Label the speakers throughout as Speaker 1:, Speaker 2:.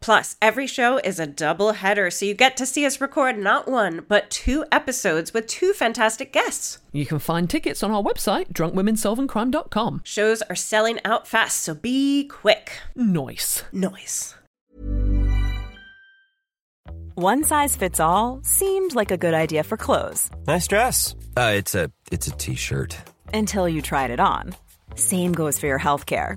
Speaker 1: Plus, every show is a double header, so you get to see us record not one, but two episodes with two fantastic guests.
Speaker 2: You can find tickets on our website, drunkwomensolvingcrime.com.
Speaker 1: Shows are selling out fast, so be quick.
Speaker 2: Nice.
Speaker 1: Noise.
Speaker 3: One size fits all seemed like a good idea for clothes
Speaker 4: Nice dress. Uh, it's a it's a t-shirt.
Speaker 3: until you tried it on. Same goes for your healthcare.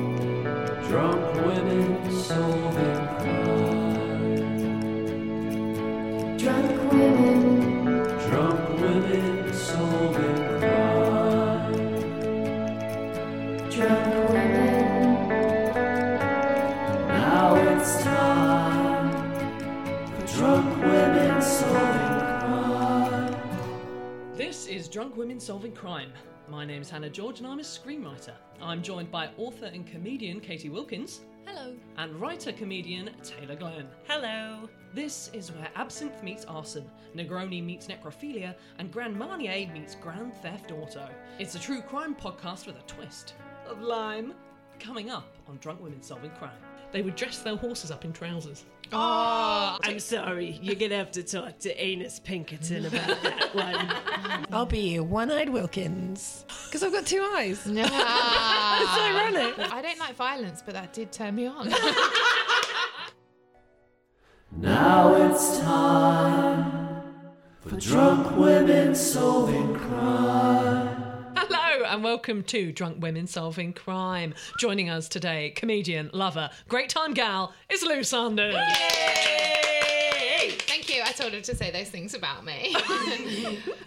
Speaker 5: Drunk women solving
Speaker 6: Drunk women,
Speaker 5: Drunk women solving crime.
Speaker 6: drunk women,
Speaker 5: Now it's time for drunk women solving crime.
Speaker 2: This is Drunk Women Solving Crime. My name's Hannah George and I'm a screenwriter. I'm joined by author and comedian Katie Wilkins. Hello. And writer comedian Taylor Glenn.
Speaker 1: Hello.
Speaker 2: This is where absinthe meets arson, Negroni meets necrophilia, and Grand Marnier meets Grand Theft Auto. It's a true crime podcast with a twist of lime. Coming up on Drunk Women Solving Crime, they would dress their horses up in trousers.
Speaker 7: I'm sorry, you're gonna have to talk to Anus Pinkerton about that one.
Speaker 8: I'll be a one-eyed Wilkins because I've got two eyes.
Speaker 9: No.
Speaker 8: It's ironic.
Speaker 9: I don't like violence, but that did turn me on.
Speaker 5: Now it's time for drunk women solving crime.
Speaker 2: Hello, and welcome to Drunk Women Solving Crime. Joining us today, comedian, lover, great time gal, is Lou Sanders.
Speaker 9: Thank you. I told her to say those things about me.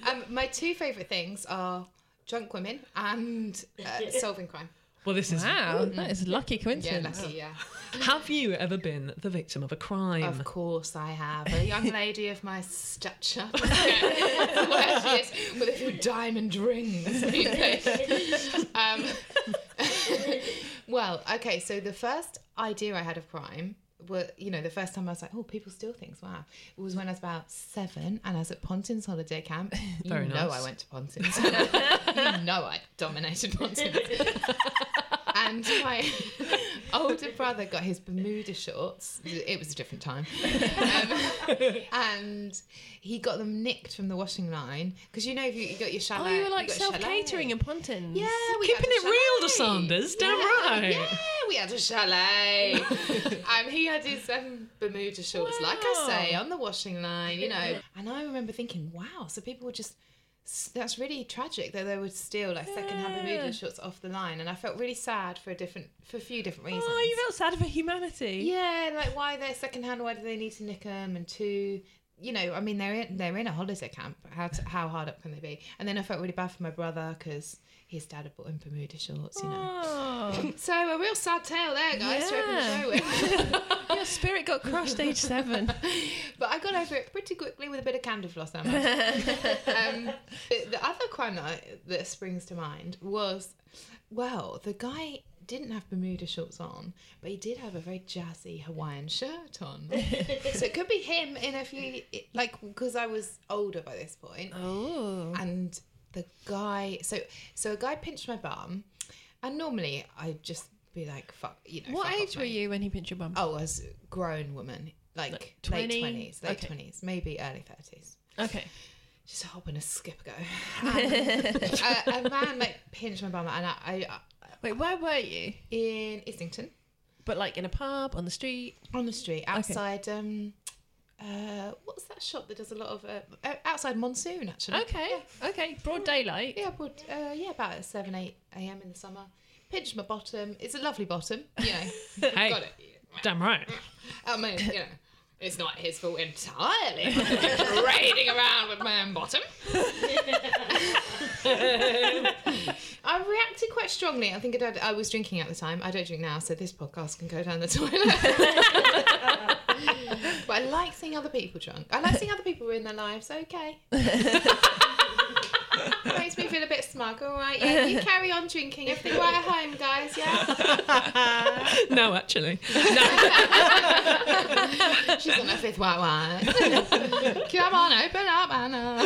Speaker 9: um, my two favourite things are drunk women and uh, solving crime.
Speaker 2: Well, this is.
Speaker 8: Wow, that is a lucky
Speaker 9: Yeah,
Speaker 8: coincidence.
Speaker 9: lucky, yeah.
Speaker 2: Have you ever been the victim of a crime?
Speaker 9: Of course I have. A young lady of my stature. the word she is, with a few diamond rings. um, well, okay, so the first idea I had of crime were, you know, the first time I was like, oh, people steal things, wow. It was when I was about seven and I was at Pontins holiday camp. You
Speaker 2: Very
Speaker 9: know
Speaker 2: nice.
Speaker 9: I went to Pontins. you know I dominated Pontins and my older brother got his Bermuda shorts. It was a different time. Um, and he got them nicked from the washing line. Because you know, if you, you got
Speaker 8: Oh,
Speaker 9: your chalet.
Speaker 8: you were like
Speaker 9: got a chalet.
Speaker 8: self-catering and pontins.
Speaker 9: Yeah, we
Speaker 2: Keeping
Speaker 9: had a
Speaker 2: it real,
Speaker 9: chalet.
Speaker 2: DeSanders, damn
Speaker 9: Yeah,
Speaker 2: right.
Speaker 9: Yeah, we had a chalet. um, he had his um, Bermuda shorts, like I say, on the washing line, you know. And I remember thinking, wow, so people were just. That's really tragic that they would steal like second-hand Bermuda shorts off the line, and I felt really sad for a different, for a few different reasons.
Speaker 8: Oh, you felt sad for humanity.
Speaker 9: Yeah, like why they're secondhand? Why do they need to nick them? And two, you know, I mean, they're in, they're in a holiday camp. How to, how hard up can they be? And then I felt really bad for my brother because his dad had bought him Bermuda shorts, you know.
Speaker 8: Oh.
Speaker 9: So a real sad tale there, guys. To open the show with.
Speaker 8: Your spirit got crushed age seven.
Speaker 9: But I got over it pretty quickly with a bit of candy floss. am I? um, the, the other crime that, I- that springs to mind was, well, the guy didn't have Bermuda shorts on, but he did have a very jazzy Hawaiian shirt on. so it could be him in a few, like, because I was older by this point.
Speaker 8: Oh.
Speaker 9: And the guy, so so a guy pinched my bum, and normally I'd just be like, fuck, you know.
Speaker 8: What
Speaker 9: fuck off,
Speaker 8: age were
Speaker 9: mate.
Speaker 8: you when he pinched your bum?
Speaker 9: Oh, as a grown woman, like,
Speaker 8: Like
Speaker 9: late
Speaker 8: 20?
Speaker 9: twenties, late
Speaker 8: Okay.
Speaker 9: twenties, maybe early thirties.
Speaker 8: Okay.
Speaker 9: Just a hop and a skip ago. And, uh, a man like pinched my bum, and I, I
Speaker 8: Wait, where were you?
Speaker 9: in Islington
Speaker 8: But like in a pub, on the street?
Speaker 9: on the street outside. Um, uh, what's that shop that does a lot of uh, o- outside monsoon actually?
Speaker 8: Okay. Okay. Broad daylight.
Speaker 9: Yeah, but uh, yeah, about at seven eight a.m. in the summer. Pinched my bottom. It's a lovely bottom. You know,
Speaker 2: Hey.
Speaker 9: got it.
Speaker 2: Damn right.
Speaker 9: I mean, you know, it's not his fault entirely. Raiding around with my own bottom. I reacted quite strongly. I think I'd, I was drinking at the time. I don't drink now, so this podcast can go down the toilet. but I like seeing other people drunk. I like seeing other people ruin their lives. Okay. Makes me feel a bit smug. All right, yeah. You carry on drinking. Everything right at home, guys. Yeah.
Speaker 2: No, actually.
Speaker 9: She's on her fifth white wine. Come on, open up, Anna.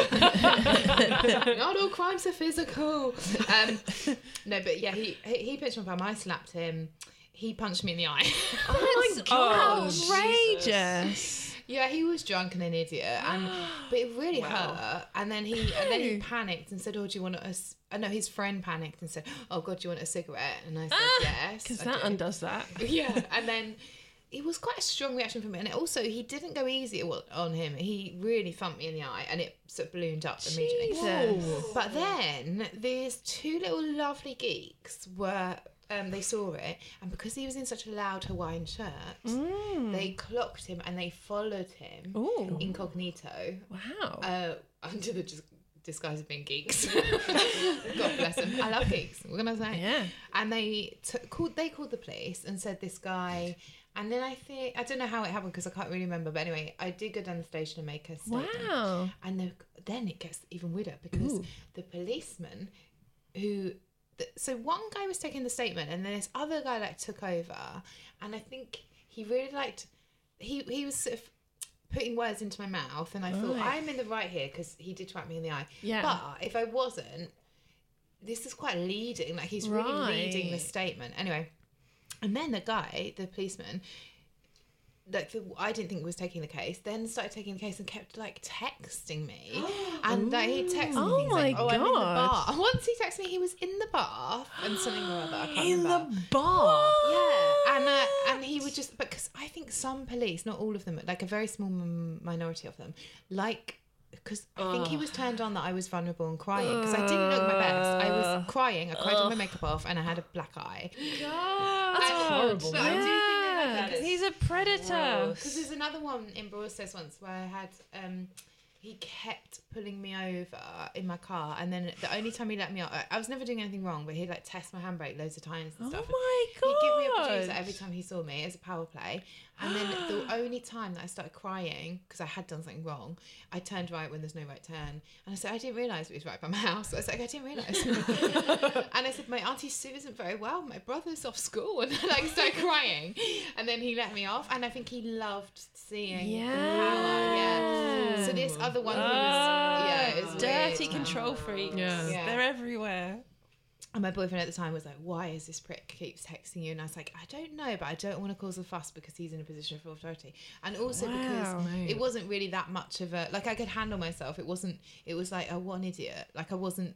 Speaker 9: Not all crimes are physical. Um, no, but yeah, he he he pinched my bum. I slapped him. He punched me in the eye.
Speaker 8: Oh my god. outrageous.
Speaker 9: yeah, he was drunk and an idiot, and but it really hurt. And then he and then he panicked and said, "Oh, do you want us?" I know his friend panicked and said, "Oh God, do you want a cigarette?" And I said, "Yes."
Speaker 8: Because
Speaker 9: I
Speaker 8: Ah, that
Speaker 9: do."
Speaker 8: undoes that.
Speaker 9: yeah and then it was quite a strong reaction from me and it also he didn't go easy o- on him he really thumped me in the eye and it sort of ballooned up immediately
Speaker 8: Jesus.
Speaker 9: but then these two little lovely geeks were um, they saw it and because he was in such a loud hawaiian shirt they clocked him and they followed him
Speaker 8: Mm. Ooh.
Speaker 9: incognito
Speaker 8: Wow.
Speaker 9: uh, under the dis- disguise of being geeks. God bless them. I love geeks. What can I say?
Speaker 8: Yeah.
Speaker 9: And they t- called. They called the police and said this guy. And then I think I don't know how it happened because I can't really remember. But anyway, I did go down the station and make a statement.
Speaker 8: Wow.
Speaker 9: And the, then it gets even weirder because the policeman who. th- So one guy was taking the statement, and then this other guy like took over, and I think he really liked. He he was sort of putting words into my mouth, and I thought
Speaker 8: Right.
Speaker 9: I'm in the right here because he did twat me in the eye.
Speaker 8: Yeah.
Speaker 9: But if I wasn't, this is quite leading. Like he's really leading the
Speaker 8: Right.
Speaker 9: statement. Anyway, and then the guy, the policeman, like the, I didn't think was taking the case, then started taking the case and kept like texting me, and like, he texted me.
Speaker 8: Oh
Speaker 9: things like,
Speaker 8: my
Speaker 9: "Oh, I'm in the bar."
Speaker 8: God.
Speaker 9: And once he texted me, he was in the bath and something or other. I can't
Speaker 8: In
Speaker 9: remember.
Speaker 8: the bar.
Speaker 9: Yeah, and uh, and he would just because I think some police, not all of them, but like a very small m- minority of them, like because I think he was turned on that I was vulnerable and crying because I didn't look my best. I was crying. I cried with my makeup off, and I had a black eye.
Speaker 8: That's
Speaker 2: horrible,
Speaker 9: I do think they like that.
Speaker 8: Because he's a predator.
Speaker 9: Because there's another one in Broadstairs once where I had um, he kept pulling me over in my car, and then the only time he let me out, I- I was never doing anything wrong, but he'd like test my handbrake loads of times and stuff.
Speaker 8: Oh my
Speaker 9: He'd give me a
Speaker 8: God.
Speaker 9: producer every time he saw me as a power play, and then the only time that I started crying because I had done something wrong, I turned right when there's no right turn, and I said I didn't realise it was right by my house. I was like I didn't realise, and I said my auntie Sue isn't very well. My brother's off school, and I like started crying, and then he let me off, and I think he loved seeing the power. Yeah. So this other one who was yeah, it was
Speaker 8: Uh, Dirty
Speaker 9: weird.
Speaker 8: control freaks.
Speaker 2: Yeah.
Speaker 9: Yeah.
Speaker 8: They're everywhere.
Speaker 9: And my boyfriend at the time was like, "Why is this prick keeps texting you?" And I was like, "I don't know, but I don't want to cause a fuss because he's in a position of authority, and also
Speaker 8: Wow.
Speaker 9: because it wasn't really that much of a like I could handle myself. It wasn't. It was like, oh, what an idiot! Like I wasn't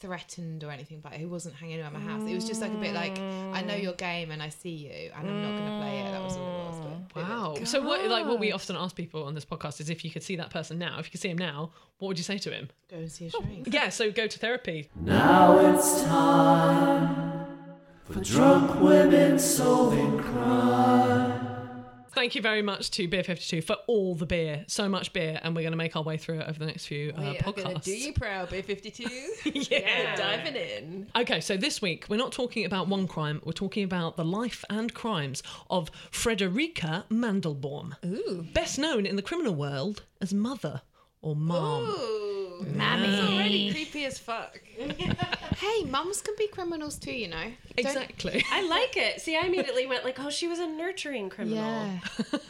Speaker 9: threatened or anything, but he wasn't hanging around my house. It was just like a bit like, I know your game and I see you, and I'm not gonna play it. That was all it was. But
Speaker 2: Wow. So what like what we often ask people on this podcast is if you could see that person now, if you could see him now, what would you say to him?
Speaker 9: go and see a shrink.
Speaker 2: Yeah, so go to therapy.
Speaker 5: Now it's time for drunk women solving crime.
Speaker 2: Thank thank you very much to Beer 52 for all the beer. So much beer. And we're going to make our way through it over the next few uh,
Speaker 8: We are gonna
Speaker 2: podcasts.
Speaker 8: do you proud, Bay 52.
Speaker 2: Yeah.
Speaker 8: We're diving in.
Speaker 2: Okay, so this week we're not talking about one crime, we're talking about the life and crimes of Frederica Mandelbaum,
Speaker 8: Ooh.
Speaker 2: best known in the criminal world as Mother or Mom.
Speaker 9: Ooh.
Speaker 8: Mammy.
Speaker 9: Already creepy as fuck. hey, mums can be criminals too, you know.
Speaker 2: Exactly.
Speaker 1: I like it. See, I immediately went like, oh, she was a nurturing criminal.
Speaker 9: Yeah.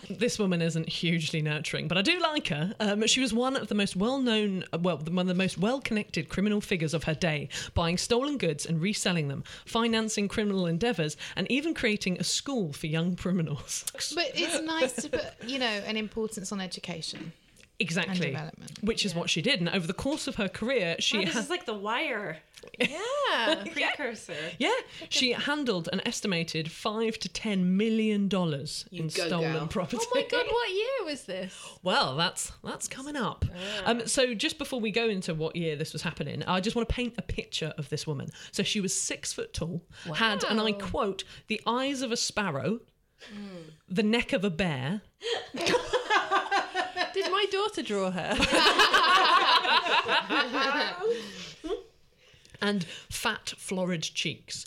Speaker 2: this woman isn't hugely nurturing, but I do like her. Um, she was one of the most well-known, uh, well, one of the most well-connected criminal figures of her day, buying stolen goods and reselling them, financing criminal endeavours, and even creating a school for young criminals.
Speaker 9: But it's nice to put, you know, an importance on education.
Speaker 2: exactly,
Speaker 9: development.
Speaker 2: which is what she did. And over the course of her career, she
Speaker 1: Oh, this
Speaker 2: ha-
Speaker 1: is like the wire
Speaker 8: Yeah.
Speaker 1: precursor.
Speaker 2: Yeah, she handled an estimated five to ten million dollars in
Speaker 9: go,
Speaker 2: stolen
Speaker 9: girl.
Speaker 2: property.
Speaker 8: Oh my god, what year was this?
Speaker 2: Well, that's that's coming up. Um, so just before we go into what year this was happening, I just want to paint a picture of this woman. So she was six foot tall, had, and I quote, the eyes of a sparrow, the neck of a bear,
Speaker 8: Did my daughter draw her?
Speaker 2: and fat, florid cheeks.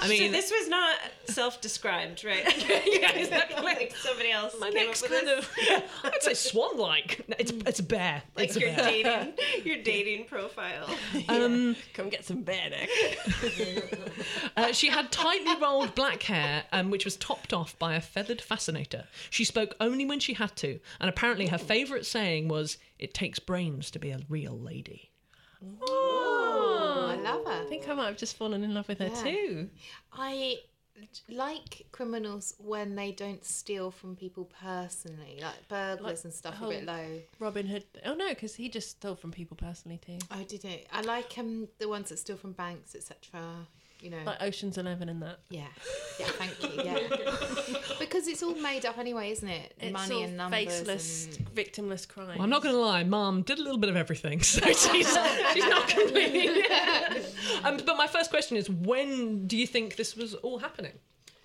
Speaker 2: I mean,
Speaker 1: So this was not self-described, right? yeah, exactly. Like somebody else
Speaker 2: my
Speaker 1: came
Speaker 2: neck's
Speaker 1: up with
Speaker 2: kind
Speaker 1: this.
Speaker 2: of, I'd say swan-like. It's it's a bear.
Speaker 1: Like
Speaker 2: it's a
Speaker 1: your
Speaker 2: bear.
Speaker 1: dating, your dating profile.
Speaker 8: Come get some bear neck.
Speaker 2: Uh, she had tightly rolled black hair, um, which was topped off by a feathered fascinator. She spoke only when she had to, and apparently her favourite saying was, It takes brains to be a real lady.
Speaker 9: Oh, I love her.
Speaker 8: I think I might have just fallen in love with her
Speaker 9: Yeah.
Speaker 8: too.
Speaker 9: I like criminals when they don't steal from people personally, like burglars
Speaker 8: Like,
Speaker 9: and stuff
Speaker 8: oh.
Speaker 9: a bit low.
Speaker 8: Robin Hood. Oh no, because he just stole from people personally too.
Speaker 9: I did it. I like um, the ones that steal from banks, etc. You know.
Speaker 8: Like Ocean's Eleven and that.
Speaker 9: yeah. Yeah, thank you. Yeah. because it's all made up anyway, isn't it?
Speaker 8: It's
Speaker 9: Money
Speaker 8: all
Speaker 9: and numbers.
Speaker 8: faceless,
Speaker 9: and-
Speaker 8: victimless crime.
Speaker 2: Well, I'm not going to lie, Mum did a little bit of everything, so she's, she's not completely. um, but my first question is, when do you think this was all happening?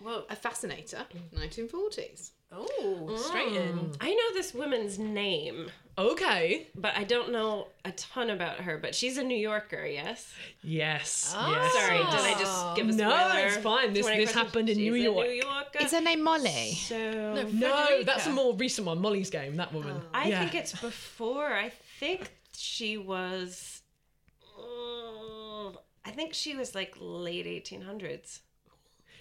Speaker 9: Well, a fascinator, 1940s.
Speaker 8: Oh, straight in.
Speaker 1: I know this woman's name,
Speaker 2: Okay.
Speaker 1: but I don't know a ton about her. But she's a New Yorker, yes.
Speaker 2: Yes. yes.
Speaker 1: Ah. Sorry, did I just give a
Speaker 2: No,
Speaker 1: spoiler?
Speaker 2: it's fine. This-
Speaker 1: 20 questions.
Speaker 2: this happened in
Speaker 1: She's
Speaker 2: New
Speaker 1: a
Speaker 2: York.
Speaker 1: New Yorker.
Speaker 9: Is her name Molly?
Speaker 1: so
Speaker 2: No, that's a more recent one. Molly's game. That woman.
Speaker 1: I
Speaker 2: Yeah.
Speaker 1: think it's before. I think she was. Mm, I think she was like late 1800s.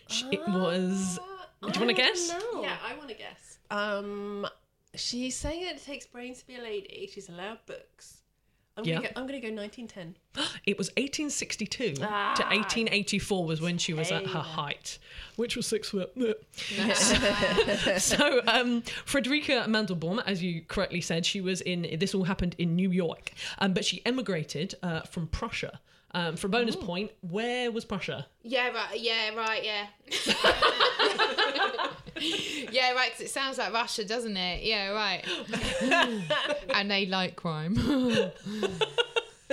Speaker 2: Sh- It
Speaker 1: Ah.
Speaker 2: was. Do you want to guess?
Speaker 1: No.
Speaker 8: Yeah, I want to guess. Um, she's saying that it takes brains to be a lady. She's allowed books. I'm gonna
Speaker 2: Yeah.
Speaker 8: go, I'm gonna go 1910.
Speaker 2: It was 1862 to
Speaker 8: Ah,
Speaker 2: 1884 was when she was at her height, which was six foot. so um, Frederica Mandelbaum, as you correctly said, she was in. This all happened in New York, um, but she emigrated uh, from Prussia. Um, for a bonus point, where was Prussia?
Speaker 9: Yeah, right. Yeah, right. Yeah. yeah, right. Because it sounds like Russia, doesn't it? Yeah, right. and they like crime.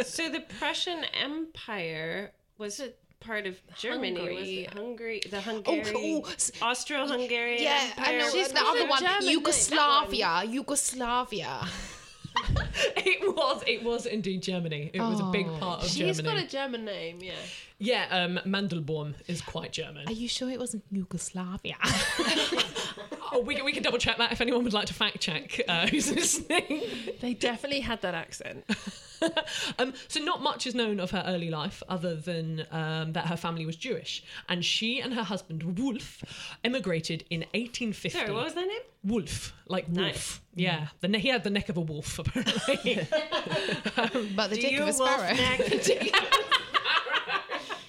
Speaker 1: So the Prussian Empire was a part of Germany. Was it Hungary? The Hungary,
Speaker 9: oh, s-
Speaker 1: Austro-Hungarian
Speaker 9: yeah, I
Speaker 1: Empire.
Speaker 9: know. uh,
Speaker 1: She's
Speaker 9: the other one,
Speaker 8: German, isn't it? That
Speaker 9: Yugoslavia. Yugoslavia.
Speaker 2: It was. It was indeed Germany. It was a big
Speaker 9: Oh.
Speaker 2: part of
Speaker 8: She's
Speaker 2: Germany.
Speaker 8: got a German name, yeah.
Speaker 2: Yeah, um, Mandelbaum is quite German.
Speaker 9: Are you sure it wasn't Yugoslavia?
Speaker 2: Oh, we, can- we can double check that if anyone would like to fact check uh, who's listening.
Speaker 8: They definitely had that accent.
Speaker 2: um, so not much is known of her early life other than um, that her family was Jewish, and she and her husband Wolf emigrated in 1850.
Speaker 1: Sorry, what was that name?
Speaker 2: Wolf, like wolf. Yeah, the ne- he had the neck of a wolf apparently.
Speaker 9: but the dick of a sparrow.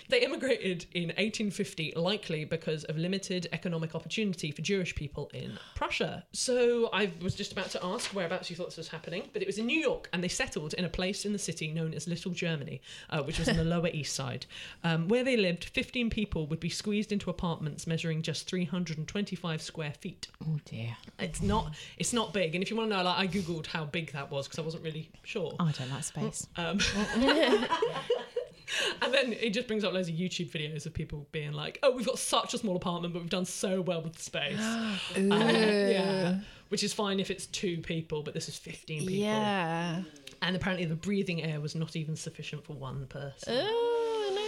Speaker 2: they immigrated in 1850, likely because of limited economic opportunity for Jewish people in Prussia. So I was just about to ask whereabouts you thought this was happening, but it was in New York, and they settled in a place in the city known as Little Germany, uh, which was on the Lower East Side. Um, where they lived, 15 people would be squeezed into apartments measuring just 325 square feet.
Speaker 9: Oh dear.
Speaker 2: It's not, it's not big. And if you want to know, like I googled how big that was because I wasn't really sure.
Speaker 9: I don't like space.
Speaker 2: Um, And then it just brings up loads of YouTube videos of people being like, "Oh, we've got such a small apartment, but we've done so well with the space." Uh, yeah, which is fine if it's two people, but this is fifteen people.
Speaker 10: Yeah.
Speaker 2: And apparently, the breathing air was not even sufficient for one person.
Speaker 10: Oh no.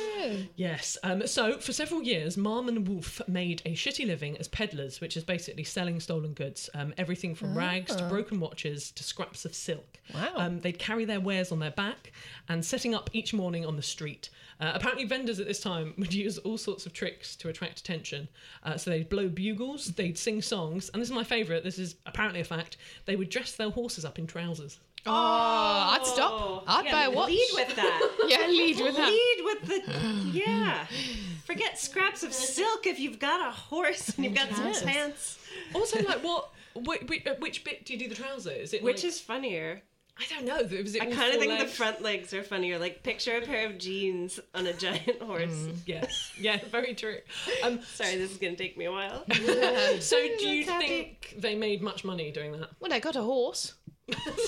Speaker 2: Yes. Um, so, for several years, Marm and Wolf made a shitty living as peddlers, which is basically selling stolen goods, um, everything from rags to broken watches to scraps of silk.
Speaker 10: Ah. Wow.
Speaker 2: Um, they'd carry their wares on their back and setting up each morning on the street. Uh, apparently, vendors at this time would use all sorts of tricks to attract attention. Uh, so, they'd blow bugles, they'd sing songs, and this is my favourite, this is apparently a fact, they would dress their horses up in trousers.
Speaker 9: Oh, I'd stop. I'd buy a watch.
Speaker 1: Oh. Lead with that.
Speaker 9: yeah, lead with that.
Speaker 1: Lead with the yeah. Forget scraps of silk if you've got a horse and you've got some pants.
Speaker 2: Also, like, what? Which, which bit do you do the trouser? Is it
Speaker 1: Which
Speaker 2: like-
Speaker 1: is funnier?
Speaker 2: I don't know. th- Was it
Speaker 1: I
Speaker 2: all
Speaker 1: kind of
Speaker 2: four
Speaker 1: think the
Speaker 2: legs?
Speaker 1: front legs are funnier. Like picture a pair of jeans on a giant horse.
Speaker 2: Mm. Yes. Yeah. Very true. Um,
Speaker 1: Sorry, this is gonna take me a while.
Speaker 2: so, do you
Speaker 9: Look at
Speaker 2: think they made much money doing that?
Speaker 9: Well, they got a horse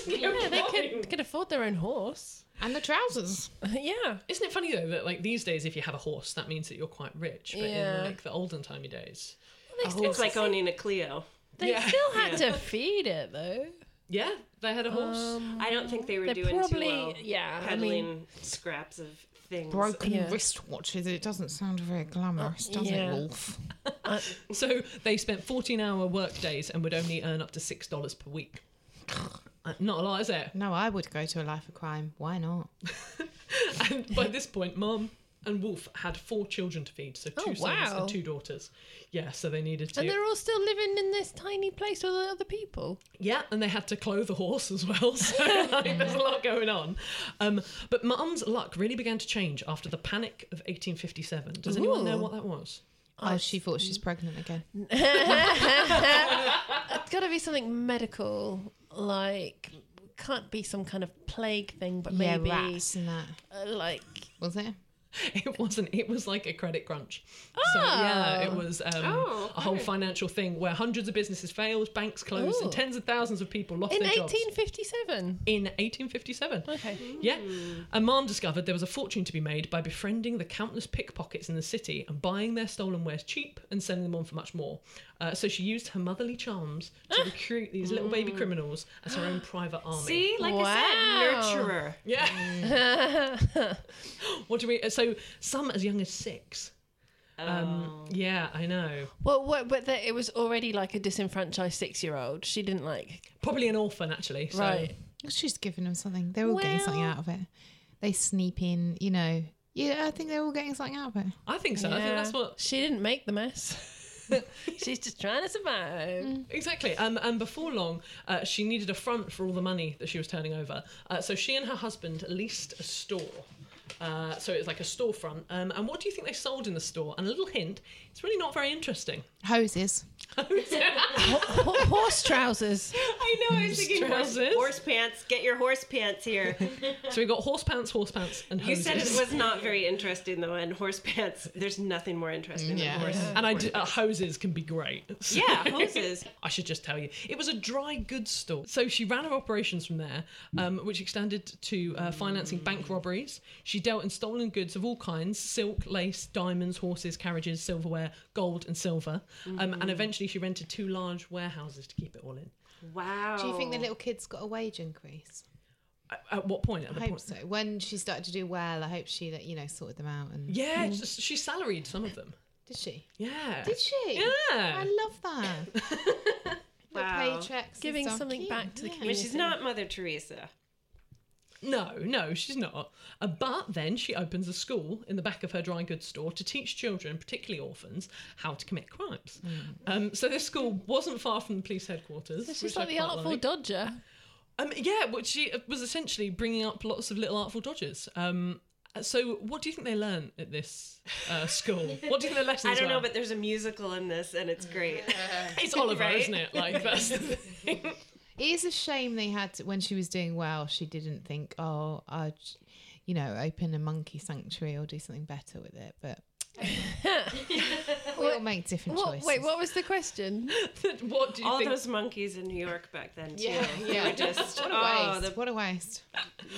Speaker 10: Yeah, they could, could afford their own horse.
Speaker 9: and the trousers.
Speaker 10: yeah.
Speaker 2: Isn't it funny though that like these days, if you have a horse, that means that you're quite rich. But
Speaker 10: Yeah.
Speaker 2: in like the olden timey days,
Speaker 1: It's like owning a Clio.
Speaker 10: They
Speaker 2: Yeah.
Speaker 10: still had to feed it though.
Speaker 2: yeah, they had a horse.
Speaker 1: I don't think they were
Speaker 10: They
Speaker 1: doing
Speaker 10: probably
Speaker 1: too well.
Speaker 10: yeah. I
Speaker 1: peddling
Speaker 10: mean,
Speaker 1: scraps of things.
Speaker 9: Broken
Speaker 10: Yeah.
Speaker 9: wristwatches. It doesn't sound very glamorous, does
Speaker 10: yeah.
Speaker 9: it, Wolf?
Speaker 2: So they spent 14-hour work days and would only earn up to six dollars per week. Uh, Not a lot, is it?
Speaker 9: No, I would go to a life of crime. Why not?
Speaker 2: And by this point, Mum and Wolf had four children to feed, so two
Speaker 10: Oh,
Speaker 2: sons
Speaker 10: wow.
Speaker 2: and two daughters. Yeah, so they needed to.
Speaker 10: and they're all still living in this tiny place with all the other people.
Speaker 2: Yeah, and they had to clothe the horse as well, so like, there's a lot going on. Um, but Mum's luck really began to change after the Panic of 1857. Does anyone know what that was?
Speaker 9: Oh, she thought she's pregnant again.
Speaker 10: It's got to be something medical, like can't be some kind of plague thing, but
Speaker 9: Yeah,
Speaker 10: maybe
Speaker 9: rats and that.
Speaker 10: uh, like
Speaker 9: Was it?
Speaker 2: It wasn't. It was like a credit crunch. Oh. So
Speaker 10: Ah.
Speaker 2: yeah, it was um,
Speaker 10: Oh,
Speaker 2: a whole financial thing where hundreds of businesses failed, banks closed,
Speaker 10: Ooh.
Speaker 2: and tens of thousands of people lost
Speaker 10: in
Speaker 2: their jobs.
Speaker 10: 1857.
Speaker 2: in 1857.
Speaker 10: Okay.
Speaker 2: Yeah. And Mom discovered there was a fortune to be made by befriending the countless pickpockets in the city and buying their stolen wares cheap and selling them on for much more. Uh, so she used her motherly charms to recruit these little baby criminals as her own private army.
Speaker 1: See, like I
Speaker 10: Wow.
Speaker 1: said, nurturer.
Speaker 2: Yeah. what do we? So some as young as six. Um, yeah, I know.
Speaker 10: Well, what, but that it was already like a disenfranchised six-year-old. She didn't like
Speaker 2: Probably an orphan actually. So.
Speaker 10: right.
Speaker 9: She's giving them something. They're all getting something
Speaker 10: Well-
Speaker 9: out of it. They sneak in, you know. Yeah, I think they're all getting something out of it.
Speaker 2: I think so. I think that's what
Speaker 10: she didn't make the mess. She's just trying to survive.
Speaker 2: Exactly. Um, and before long, uh, she needed a front for all the money that she was turning over. Uh, so she and her husband leased a store. Uh, so it was like a storefront. Um, and what do you think they sold in the store? And a little hint, it's really not very interesting.
Speaker 9: Hoses.
Speaker 10: Ho- horse trousers.
Speaker 1: I know. I was thinking horse,
Speaker 2: Trousers.
Speaker 1: horse pants. Get your horse pants here.
Speaker 2: So we got horse pants, horse pants, and
Speaker 1: You
Speaker 2: hoses.
Speaker 1: said it was not very interesting though, and horse pants. There's nothing more interesting
Speaker 9: Yeah.
Speaker 1: than horse.
Speaker 2: and I d- uh, hoses can be great. So-
Speaker 1: Yeah, horses.
Speaker 2: I should just tell you. It was a dry goods store. So she ran her operations from there, um, which extended to uh, financing bank robberies. She dealt in stolen goods of all kinds silk, lace, diamonds, horses, carriages, silverware, gold, and silver. Um,
Speaker 9: Mm-hmm.
Speaker 2: and eventually she rented two large warehouses to keep it all in.
Speaker 1: Wow.
Speaker 9: Do you think the little kid's got a wage increase?
Speaker 2: At, at what point? At the
Speaker 9: I hope
Speaker 2: point-
Speaker 9: so. When she started to do well, I hope she, like, you know, sorted them out. And
Speaker 2: Yeah, s- she salaried some of them.
Speaker 9: did she?
Speaker 2: Yeah.
Speaker 9: Did she?
Speaker 2: Yeah.
Speaker 9: I love that.
Speaker 1: Wow.
Speaker 9: Little paychecks,
Speaker 10: Giving something back to the
Speaker 1: I mean, she's not Mother Teresa.
Speaker 2: No, no, she's not. Uh, but then she opens a school in the back of her dry goods store to teach children, particularly orphans, how to commit crimes.
Speaker 1: Hmm.
Speaker 2: Um, so this school wasn't far from the police headquarters.
Speaker 10: She's
Speaker 2: which I
Speaker 10: like the
Speaker 2: quite
Speaker 10: Artful
Speaker 2: like.
Speaker 10: Dodger.
Speaker 2: Um, yeah, which she uh, was essentially bringing up lots of little artful dodgers. Um, so what do you think they learn at this uh, school? What do you think the lessons?
Speaker 1: I don't know,
Speaker 2: were?
Speaker 1: but there's a musical in this, and it's great.
Speaker 2: it's Oliver,
Speaker 1: Right?
Speaker 2: isn't it? Like that's the thing.
Speaker 9: It is a shame they had to, when she was doing well, she didn't think, oh, I'd, you know, open a monkey sanctuary or do something better with it. But we all make different
Speaker 10: What,
Speaker 9: choices.
Speaker 10: wait, what was the question?
Speaker 2: what do you
Speaker 1: All
Speaker 2: think?
Speaker 1: those monkeys in New York back then, too.
Speaker 9: Yeah, yeah.
Speaker 1: They were just,
Speaker 9: What a
Speaker 1: oh,
Speaker 9: waste! uh,
Speaker 1: the
Speaker 9: What a waste!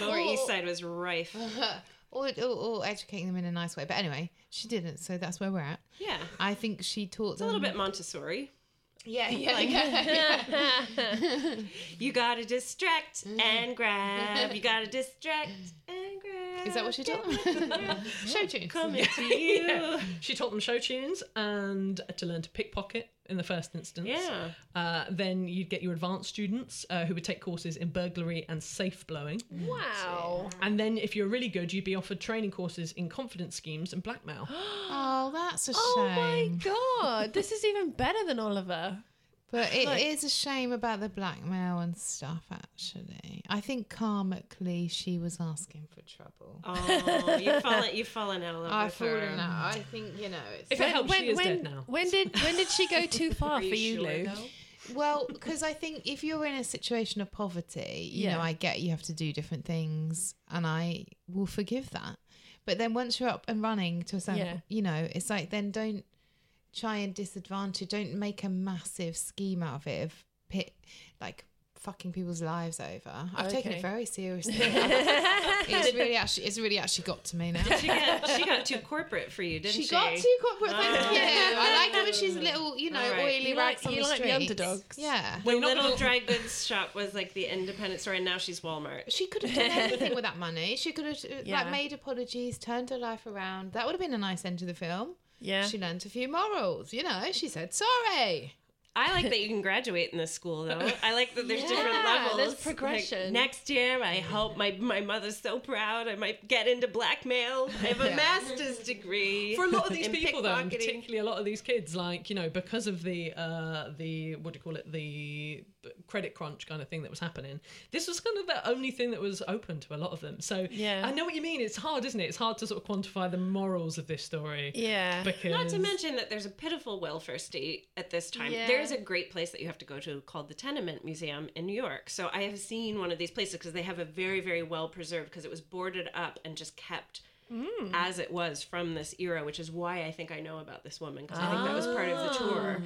Speaker 1: Lower East Side was rife.
Speaker 9: or, or, or educating them in a nice way. But anyway, she didn't, so that's where we're at.
Speaker 1: Yeah.
Speaker 9: I think she taught
Speaker 1: It's a
Speaker 9: them
Speaker 1: little bit Montessori.
Speaker 9: Yeah, yeah, yeah.
Speaker 1: you gotta distract
Speaker 9: Mm-hmm.
Speaker 1: and grab. You gotta distract and grab.
Speaker 9: Is that what she taught them? show tunes.
Speaker 1: Coming to you.
Speaker 2: Yeah. She taught them show tunes and to learn to pickpocket in the first instance.
Speaker 1: Yeah.
Speaker 2: Uh, then you'd get your advanced students uh, who would take courses in burglary and safe blowing.
Speaker 8: Wow.
Speaker 2: And then if you're really good, you'd be offered training courses in confidence schemes and blackmail.
Speaker 9: Oh, that's a shame.
Speaker 10: Oh my god, this is even better than Oliver.
Speaker 9: But it is
Speaker 10: Like-
Speaker 9: a shame about the blackmail and stuff, actually. I think karmically she was asking for trouble.
Speaker 1: Oh, you've fallen, you've fallen out of
Speaker 2: Oh,
Speaker 1: love
Speaker 9: I've
Speaker 1: with
Speaker 9: fallen
Speaker 1: her.
Speaker 9: out. I think, you know, it's.
Speaker 2: If it helps, she is dead now.
Speaker 10: When did when did she go too far for you, Lou?
Speaker 9: Well, because I think if you're in a situation of poverty, you
Speaker 10: Yeah.
Speaker 9: know, I get you have to do different things, and I will forgive that. But then once you're up and running to a certain,
Speaker 10: Yeah.
Speaker 9: you know, it's like then don't try and disadvantage. Don't make a massive scheme out of it of pit like fucking people's lives over. I've taken
Speaker 10: Okay.
Speaker 9: it very seriously. it's really actually, it's really actually got to me now.
Speaker 1: She got, she got too corporate for you, didn't she?
Speaker 9: She got too corporate. Thank
Speaker 1: Oh.
Speaker 9: you. I like it when she's a little, you know,
Speaker 1: All right.
Speaker 9: oily
Speaker 10: You like-
Speaker 9: rags on
Speaker 10: you
Speaker 9: the
Speaker 10: like the
Speaker 9: streets.
Speaker 10: underdogs.
Speaker 9: Yeah.
Speaker 1: The
Speaker 2: We're not
Speaker 1: little
Speaker 2: gonna-
Speaker 1: dry goods shop was like the independent store, and now she's Walmart.
Speaker 9: She could have done anything with that money. She could have uh,
Speaker 10: Yeah.
Speaker 9: like made apologies, turned her life around. That would have been a nice end to the film.
Speaker 10: Yeah.
Speaker 9: She learnt a few morals, you know. She said sorry.
Speaker 1: I like that you can graduate in this school, though. I like that there's different
Speaker 10: Yeah,
Speaker 1: levels.
Speaker 10: there's
Speaker 1: Like,
Speaker 10: progression.
Speaker 1: next year, I hope my my mother's so proud. I might get into blackmail. I have a master's degree
Speaker 2: for a lot of these
Speaker 1: in
Speaker 2: people though and
Speaker 1: pickpocketing.
Speaker 2: particularly a lot of these kids like you know because of the uh the what do you call it the credit crunch kind of thing that was happening this was kind of the only thing that was open to a lot of them so
Speaker 10: Yeah.
Speaker 2: i know what you mean it's hard isn't it it's hard to sort of quantify the morals of this story
Speaker 10: Yeah.
Speaker 2: because
Speaker 1: Not to mention that there's a pitiful welfare state at this time.
Speaker 10: Yeah.
Speaker 1: There's a great place that you have to go to called the Tenement Museum in New York. So I have seen one of these places because they have a very, very well preserved because it was boarded up and just kept as it was from this era, which is why I think I know about this woman because I think that was part of the tour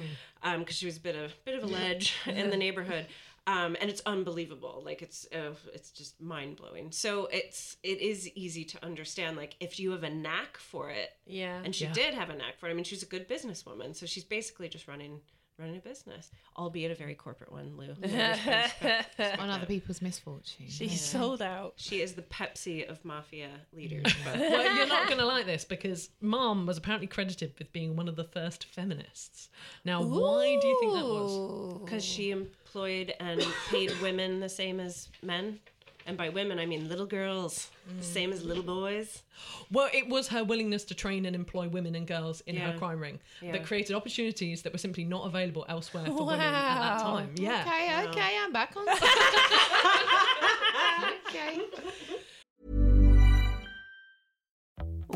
Speaker 1: because she was a bit of bit of a ledge in the neighborhood. Um, and it's unbelievable. Like it's uh, it's just mind blowing. So it's it is easy to understand. Like if you have a knack for it,
Speaker 10: Yeah.
Speaker 1: and she
Speaker 2: Yeah.
Speaker 1: did have a knack for it. I mean, she's a good businesswoman, so she's basically just running running a business, albeit a very corporate one, Lou.
Speaker 9: On other people's misfortune.
Speaker 10: She's sold out.
Speaker 1: she is the Pepsi of mafia leaders. But
Speaker 2: well, you're not going to like this because mom was apparently credited with being one of the first feminists. Now, why do you think that was?
Speaker 1: because she employed and paid women the same as men. And by women, I mean little girls,
Speaker 9: Mm.
Speaker 1: the same as little boys.
Speaker 2: Well, it was her willingness to train and employ women and girls in
Speaker 1: Yeah.
Speaker 2: her crime ring
Speaker 1: Yeah.
Speaker 2: that created opportunities that were simply not available elsewhere for women at that
Speaker 10: Wow.
Speaker 2: time. Yeah.
Speaker 9: Okay, okay, I'm back on. side. okay.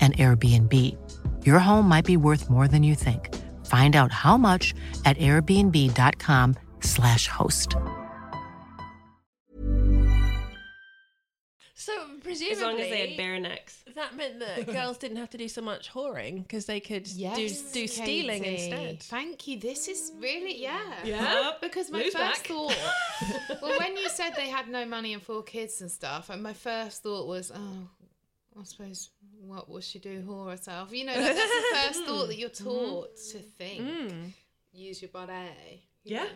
Speaker 11: an Airbnb. Your home might be worth more than you think. Find out how much at airbnb.com/slash host.
Speaker 10: So presumably
Speaker 1: As long as they had bare necks.
Speaker 10: that meant that girls didn't have to do so much whoring because they could do, do stealing
Speaker 9: Katie.
Speaker 10: instead.
Speaker 9: Thank you. This is really yeah.
Speaker 2: Yeah.
Speaker 9: Because my
Speaker 2: Lou's
Speaker 9: first
Speaker 2: back.
Speaker 9: thought Well when you said they had no money and four kids and stuff, and my first thought was, Oh, I suppose what will she do, whore herself? You know, like, that's the first thought that you're
Speaker 2: Mm-hmm.
Speaker 9: taught to think.
Speaker 2: Mm.
Speaker 10: Hmm.
Speaker 9: Use your eh? body.
Speaker 2: Yeah.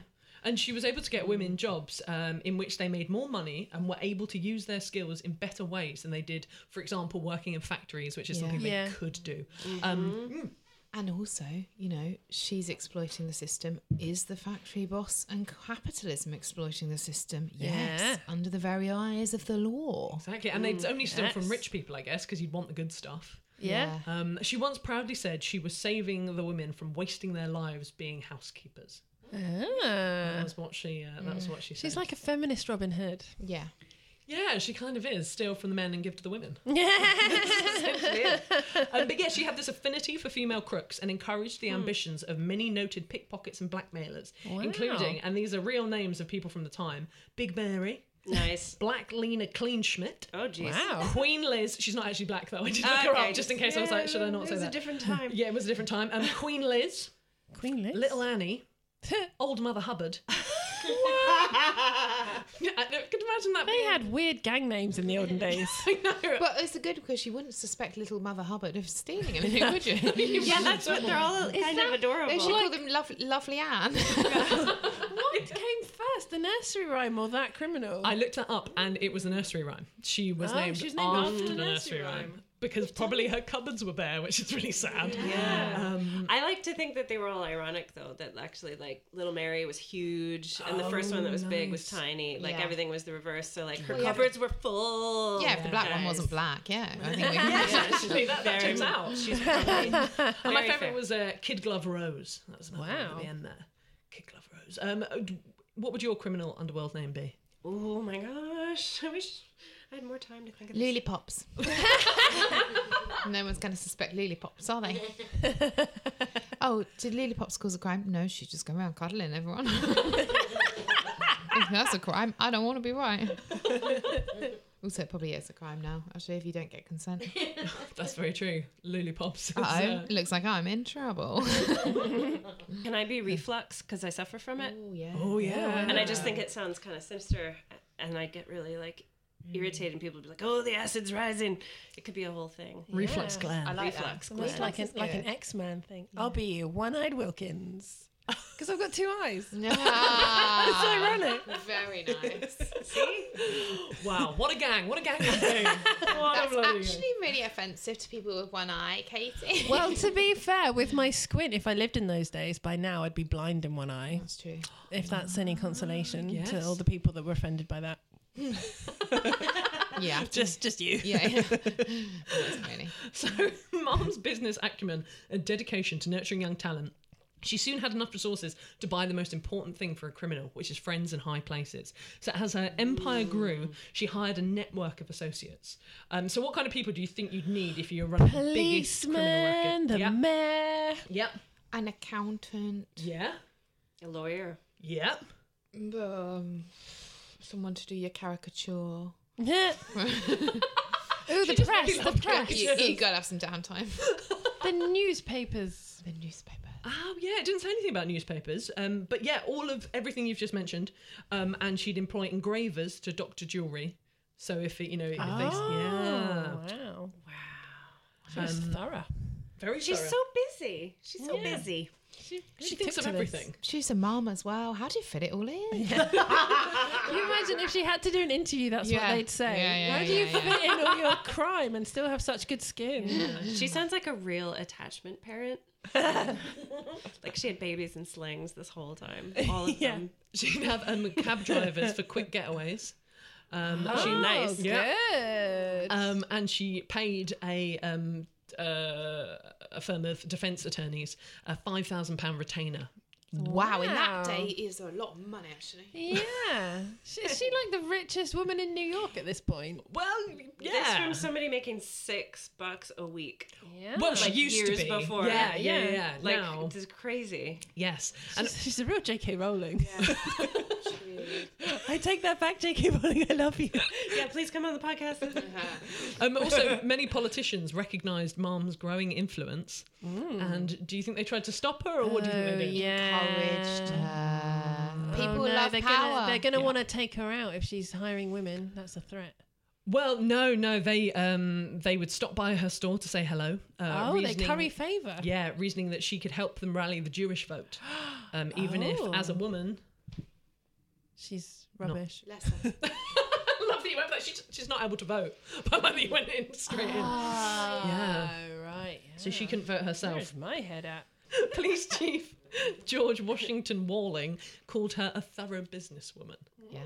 Speaker 2: And she was able to get women jobs um, in which they made more money and were able to use their skills in better ways than they did, for example, working in factories, which is
Speaker 9: Yeah.
Speaker 2: something
Speaker 10: Yeah.
Speaker 2: they could do. Um,
Speaker 9: And also, you know, she's exploiting the system. Is the factory boss and capitalism exploiting the system? Yes,
Speaker 2: Yeah.
Speaker 9: under the very eyes of the law.
Speaker 2: Exactly, and they'd only steal from rich people, I guess, because you'd want the good stuff.
Speaker 9: Yeah.
Speaker 2: Um, she once proudly said she was saving the women from wasting their lives being housekeepers.
Speaker 10: Ah.
Speaker 2: That was what she. Uh, that was what she said.
Speaker 10: She's like a feminist Robin Hood.
Speaker 9: Yeah.
Speaker 2: Yeah, she kind of is. Steal from the men and give to the women.
Speaker 10: Essentially
Speaker 2: it. um, but yeah, she had this affinity for female crooks and encouraged the
Speaker 10: Hmm.
Speaker 2: ambitions of many noted pickpockets and blackmailers,
Speaker 10: Wow.
Speaker 2: including, and these are real names of people from the time Big Mary.
Speaker 1: Nice.
Speaker 2: Black Lena Kleenschmidt.
Speaker 1: Oh, jeez.
Speaker 2: Wow. Queen Liz. She's not actually black, though. I did look her
Speaker 1: Okay.
Speaker 2: up just in case I was like, should I
Speaker 1: Yeah,
Speaker 2: not
Speaker 1: it
Speaker 2: say
Speaker 1: was a
Speaker 2: that?
Speaker 1: different time.
Speaker 2: yeah, it was a different time. Um, Queen Liz.
Speaker 10: Queen Liz.
Speaker 2: Little Annie. Old Mother Hubbard. Yeah, I could imagine that.
Speaker 10: They had weird gang names in the olden days.
Speaker 9: But it's good because you wouldn't suspect little Mother Hubbard of stealing anything, would you? You
Speaker 1: Yeah,
Speaker 9: wouldn't.
Speaker 1: that's what they're all
Speaker 9: Is
Speaker 1: kind of
Speaker 9: that- They
Speaker 1: adorable.
Speaker 9: should call them Lov- Lovely Anne.
Speaker 10: what came first, the nursery rhyme or that criminal?
Speaker 2: I looked that up and it was a nursery rhyme. She was
Speaker 10: Oh,
Speaker 2: named,
Speaker 10: she was named
Speaker 2: after, the
Speaker 10: after the
Speaker 2: nursery,
Speaker 10: nursery
Speaker 2: rhyme. Because probably her cupboards were bare, which is really sad.
Speaker 1: Yeah.
Speaker 2: Um,
Speaker 1: I like to think that they were all ironic though. That actually, like Little Mary was huge, and the first
Speaker 2: Oh,
Speaker 1: one that was big was
Speaker 2: nice.
Speaker 1: tiny. Like
Speaker 2: Yeah.
Speaker 1: everything was the reverse. So like her
Speaker 9: Well, yeah, if-
Speaker 1: cupboards were full.
Speaker 9: yeah, if the black one
Speaker 1: Guys.
Speaker 9: wasn't black, yeah. I think we
Speaker 1: Yeah, she's
Speaker 2: that, that
Speaker 1: very-
Speaker 2: checks out.
Speaker 1: she's probably-
Speaker 2: And my
Speaker 1: very
Speaker 2: favourite
Speaker 1: fair.
Speaker 2: was uh, Kid Glove Rose. That was another wow.
Speaker 1: Wow.
Speaker 2: one at the end there. Kid Glove Rose. Um, uh, d- what would your criminal underworld name be?
Speaker 1: Oh my gosh! I wish I had more time to think of this.
Speaker 9: Lollipops. no one's going to suspect lollipops, are they? oh, did lollipops cause a crime? No, she's just going around cuddling everyone. if that's a crime, I don't want to be right. also, it probably is a crime now, actually, if you don't get consent.
Speaker 2: That's very true. Lollipops. is,
Speaker 9: Uh-oh,
Speaker 2: uh,
Speaker 9: looks like I'm in trouble.
Speaker 1: Can I be reflux because I suffer from it?
Speaker 9: Oh yeah.
Speaker 2: Oh, yeah.
Speaker 1: And I just think it sounds kind of sinister, and I get really like irritated. And people would be like, "Oh, the acid's rising." It could be a whole thing.
Speaker 2: Reflux gland.
Speaker 1: I like reflux
Speaker 10: Almost
Speaker 1: gland.
Speaker 10: like, an, like an X Man thing. I'll be you, one eyed Wilkins. Because I've got two eyes.
Speaker 9: Ah.
Speaker 10: That's ironic.
Speaker 9: Very nice.
Speaker 2: wow, what a gang. What a gang. of things. what
Speaker 9: That's
Speaker 2: a bloody gang.
Speaker 9: actually really offensive to people with one eye, Katie.
Speaker 10: Well, to be fair, with my squint, if I lived in those days, by now I'd be blind in one eye.
Speaker 9: That's true.
Speaker 10: If that's any consolation to
Speaker 2: yes.
Speaker 10: all the people that were offended by that.
Speaker 9: yeah,
Speaker 10: Just just you.
Speaker 9: yeah, yeah. That's really.
Speaker 2: So, Mom's business acumen and dedication to nurturing young talent. She soon had enough resources to buy the most important thing for a criminal, which is friends in high places. So, as her empire grew, she hired a network of associates. Um, so, what kind of people do you think you'd need if you're running the biggest criminal racket?
Speaker 10: Policeman, the
Speaker 2: yep.
Speaker 10: mayor.
Speaker 2: Yep.
Speaker 9: An accountant.
Speaker 2: Yeah.
Speaker 1: A lawyer.
Speaker 2: Yep.
Speaker 9: Um, someone to do your caricature.
Speaker 10: Ooh, the press, the
Speaker 9: You,
Speaker 10: press.
Speaker 9: you gotta have some downtime.
Speaker 10: the newspapers.
Speaker 9: the newspaper.
Speaker 2: Oh yeah, it didn't say anything about newspapers. Um, but yeah, all of everything you've just mentioned. Um, and she'd employ engravers to doctor jewelry. So if it, you know, if they, yeah,
Speaker 10: Oh, wow. She's
Speaker 2: Um,
Speaker 10: thorough.
Speaker 2: very.
Speaker 1: She's
Speaker 2: thorough.
Speaker 1: so busy. She's so busy.
Speaker 2: She thinks of
Speaker 10: took to this.
Speaker 2: everything.
Speaker 9: She's a mum as well. How do you fit it all in?
Speaker 10: Can you imagine if she had to do an interview, that's
Speaker 9: Yeah.
Speaker 10: what they'd say.
Speaker 9: Yeah, yeah,
Speaker 10: Why do
Speaker 9: yeah,
Speaker 10: you fit in all your crime and still have such good skin?
Speaker 1: She sounds like a real attachment parent. like she had babies in slings this whole time. All of them.
Speaker 2: She'd have um, cab drivers for quick getaways. Um, she,
Speaker 1: Oh, nice.
Speaker 2: Yeah.
Speaker 10: Good.
Speaker 2: Um, and she paid a um, uh, a firm of defence attorneys a five thousand pound retainer.
Speaker 9: wow, in
Speaker 10: Wow.
Speaker 9: that day is a lot of money actually.
Speaker 10: yeah. She, is she like the richest woman in New York at this point?
Speaker 2: Well,
Speaker 1: That's
Speaker 2: yeah.
Speaker 1: from somebody making six bucks a week.
Speaker 10: Yeah.
Speaker 2: Well, she
Speaker 1: Like
Speaker 2: used
Speaker 1: years
Speaker 2: to be
Speaker 1: before.
Speaker 2: Yeah, yeah, yeah.
Speaker 1: Like
Speaker 2: now.
Speaker 1: this is crazy.
Speaker 2: yes, and
Speaker 10: She's, she's a real J.K. Rowling. I take that back, J.K. Rowling. I love you.
Speaker 1: Yeah, please come on the podcast.
Speaker 2: um, also many politicians recognised Mom's growing influence.
Speaker 1: Mm.
Speaker 2: And do you think they tried to stop her, or what do you think they
Speaker 1: Uh,
Speaker 2: did?
Speaker 9: Encouraged her. People
Speaker 10: Oh, no,
Speaker 9: love
Speaker 10: they're
Speaker 9: power.
Speaker 10: Gonna, they're going to want to take her out if she's hiring women. That's a threat.
Speaker 2: Well, no, no, they um they would stop by her store to say hello. Uh,
Speaker 10: oh, they
Speaker 2: reasoning-
Speaker 10: curry favour.
Speaker 2: Yeah, reasoning that she could help them rally the Jewish vote, um, even
Speaker 10: Oh.
Speaker 2: if as a woman.
Speaker 10: She's rubbish.
Speaker 9: Bless her.
Speaker 2: I love that you went for that. She's, she's not able to vote, but that you went in straight in. Yeah.
Speaker 10: Ah. right.
Speaker 2: So she couldn't vote herself.
Speaker 10: Where's my head at?
Speaker 2: Police Chief George Washington Walling called her a thorough businesswoman.
Speaker 9: Yeah.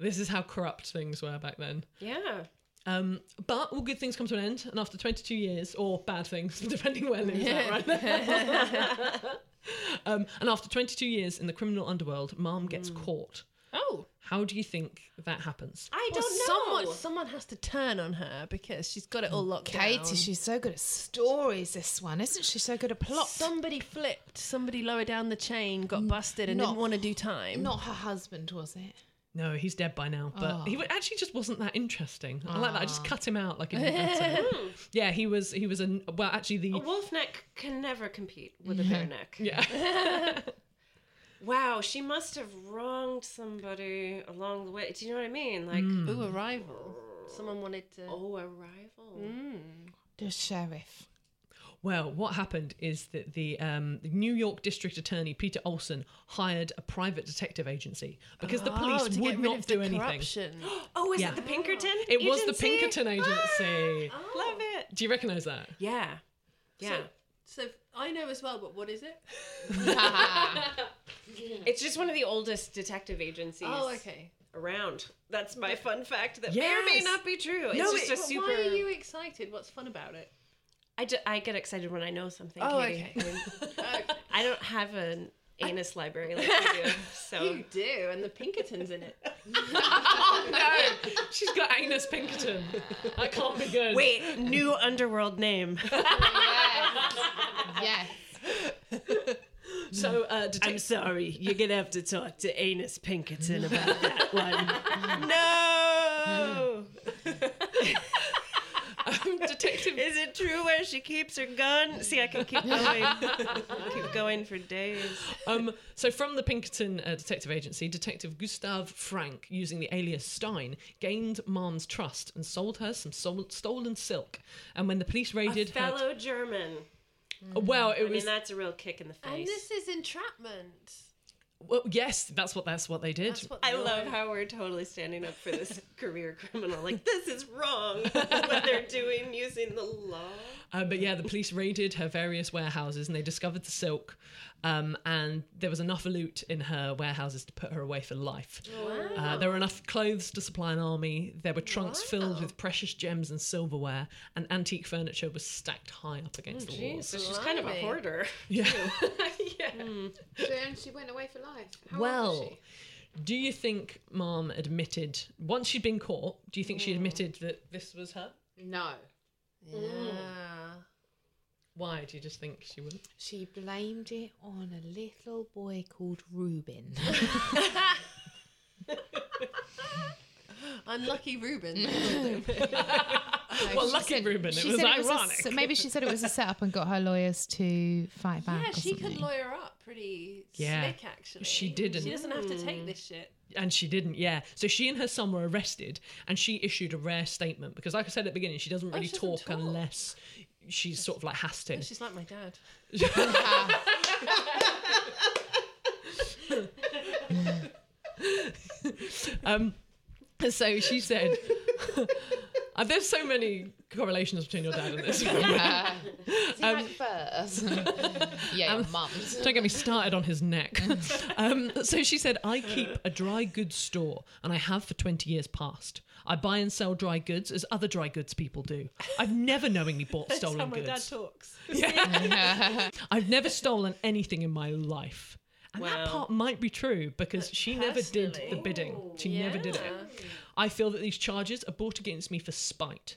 Speaker 2: This is how corrupt things were back then.
Speaker 8: Yeah.
Speaker 2: Um, but all good things come to an end, and after 22 years, or bad things, depending where lives
Speaker 8: Yeah.
Speaker 2: at, right? um, and after 22 years in the criminal underworld, Mom
Speaker 10: Hmm.
Speaker 2: gets caught.
Speaker 10: Oh.
Speaker 2: How do you think that happens?
Speaker 8: I
Speaker 10: well,
Speaker 8: don't know.
Speaker 10: Someone, someone has to turn on her because she's got it all locked
Speaker 9: Katie,
Speaker 10: down.
Speaker 9: she's so good at stories, this one, isn't she? So good at plot.
Speaker 10: Somebody flipped. Somebody lower down the chain got busted and
Speaker 9: not-
Speaker 10: didn't want to do time.
Speaker 9: Not her husband, was it?
Speaker 2: No, he's dead by now, but
Speaker 9: Oh.
Speaker 2: he
Speaker 10: Ah.
Speaker 2: wa- actually just wasn't that interesting. I like that. I just
Speaker 9: Ah.
Speaker 2: cut him out like a new actor.
Speaker 10: Hmm.
Speaker 2: Yeah, he was. He was a well. Actually, the
Speaker 1: A wolf neck can never compete with a bear neck.
Speaker 2: Yeah.
Speaker 1: wow, she must have wronged somebody along the way. Do you know what I mean? Like,
Speaker 2: Mm.
Speaker 10: Ooh, a rival. Someone wanted to.
Speaker 1: oh, a rival.
Speaker 9: The sheriff.
Speaker 2: Well, what happened is that the, um, the New York District Attorney Peter Olson hired a private detective agency because the police
Speaker 10: Oh, to
Speaker 2: would
Speaker 10: get rid
Speaker 2: not
Speaker 10: of
Speaker 2: do
Speaker 10: the
Speaker 2: anything.
Speaker 10: Corruption.
Speaker 1: Oh, is
Speaker 2: Yeah.
Speaker 1: it the Pinkerton?
Speaker 2: It was the
Speaker 1: agency?
Speaker 2: Pinkerton agency.
Speaker 10: Oh,
Speaker 1: Ah, Love it.
Speaker 2: Do you recognise that?
Speaker 1: Yeah. Yeah.
Speaker 10: So I know as well, but what is it?
Speaker 1: it's just one of the oldest detective agencies
Speaker 10: Oh, okay.
Speaker 1: around. That's my fun fact that may or may
Speaker 2: Yes.
Speaker 1: not be true. It's
Speaker 2: No,
Speaker 1: just
Speaker 2: it-
Speaker 1: a
Speaker 10: But
Speaker 1: super.
Speaker 10: Why are you excited? What's fun about it?
Speaker 1: I, ju- I get excited when I know something.
Speaker 10: Oh,
Speaker 1: Katie.
Speaker 10: okay.
Speaker 1: I, mean, I don't have an anus library like you do. So
Speaker 10: You do, and the Pinkertons in it.
Speaker 2: She's got Agnes Pinkerton. That can't be good.
Speaker 1: wait, new underworld name.
Speaker 9: Yes.
Speaker 2: So, uh,
Speaker 7: I'm
Speaker 2: detective.
Speaker 7: sorry, you're gonna have to talk to Anus Pinkerton about that one.
Speaker 1: no.
Speaker 2: detective.
Speaker 1: Is it true where she keeps her gun? See, I can keep going, keep going for days.
Speaker 2: Um, so, from the Pinkerton uh, Detective Agency, Detective Gustav Frank, using the alias Stein, gained Marm's trust and sold her some sol- stolen silk. And when the police raided
Speaker 1: a
Speaker 2: her, Uh,
Speaker 1: fellow German.
Speaker 2: well, it
Speaker 1: I mean,
Speaker 2: was
Speaker 1: that's a real kick in the
Speaker 10: And
Speaker 1: face.
Speaker 10: this is entrapment.
Speaker 2: well, yes, that's what that's what they did.
Speaker 10: That's what
Speaker 1: I
Speaker 10: the
Speaker 1: love
Speaker 10: lawyer-
Speaker 1: how we're totally standing up for this career criminal. Like, this is wrong. This is what they're doing using the law.
Speaker 2: Uh, but yeah, the police raided her various warehouses and they discovered the silk. Um, and there was enough loot in her warehouses to put her away for life. Uh, there were enough clothes to supply an army. There were trunks filled with precious gems and silverware, and antique furniture was stacked high up against the walls.
Speaker 1: So she's kind of a
Speaker 10: Blimey.
Speaker 1: hoarder.
Speaker 2: Yeah.
Speaker 1: yeah.
Speaker 9: So, and she went away for life. How old was
Speaker 2: well,
Speaker 9: she?
Speaker 2: do you think Mom admitted once she'd been caught? Do you think she admitted that this was her?
Speaker 9: no.
Speaker 10: Yeah.
Speaker 2: Why do you just think she would?
Speaker 9: She blamed it on a little boy called Reuben.
Speaker 10: Unlucky Reuben.
Speaker 2: well, lucky Reuben, it was ironic.
Speaker 9: maybe she said it was a setup and got her lawyers to fight back.
Speaker 10: yeah,
Speaker 9: or
Speaker 10: she could
Speaker 9: something.
Speaker 10: lawyer up pretty
Speaker 2: Yeah.
Speaker 10: slick, actually.
Speaker 2: She didn't.
Speaker 10: She doesn't have to take this shit.
Speaker 2: And she didn't, yeah. So she and her son were arrested, and she issued a rare statement because, like I said at the beginning, she doesn't really
Speaker 10: she doesn't
Speaker 2: talk,
Speaker 10: talk.
Speaker 2: unless she's sort of like has to.
Speaker 10: She's like my dad.
Speaker 2: Um, so she said, Uh, "There's so many correlations between your dad and this."
Speaker 9: Is he um, first? yeah,
Speaker 2: Um,
Speaker 9: your mum's.
Speaker 2: Don't get me started on his neck. um, so she said, I keep a dry goods store, and I have for 20 years past. I buy and sell dry goods as other dry goods people do. I've never knowingly bought stolen goods.
Speaker 1: talks.
Speaker 2: I've never stolen anything in my life. And that
Speaker 1: Wow.
Speaker 2: part might be true because she never did the bidding. She never did it. I feel that these charges are brought against me for spite.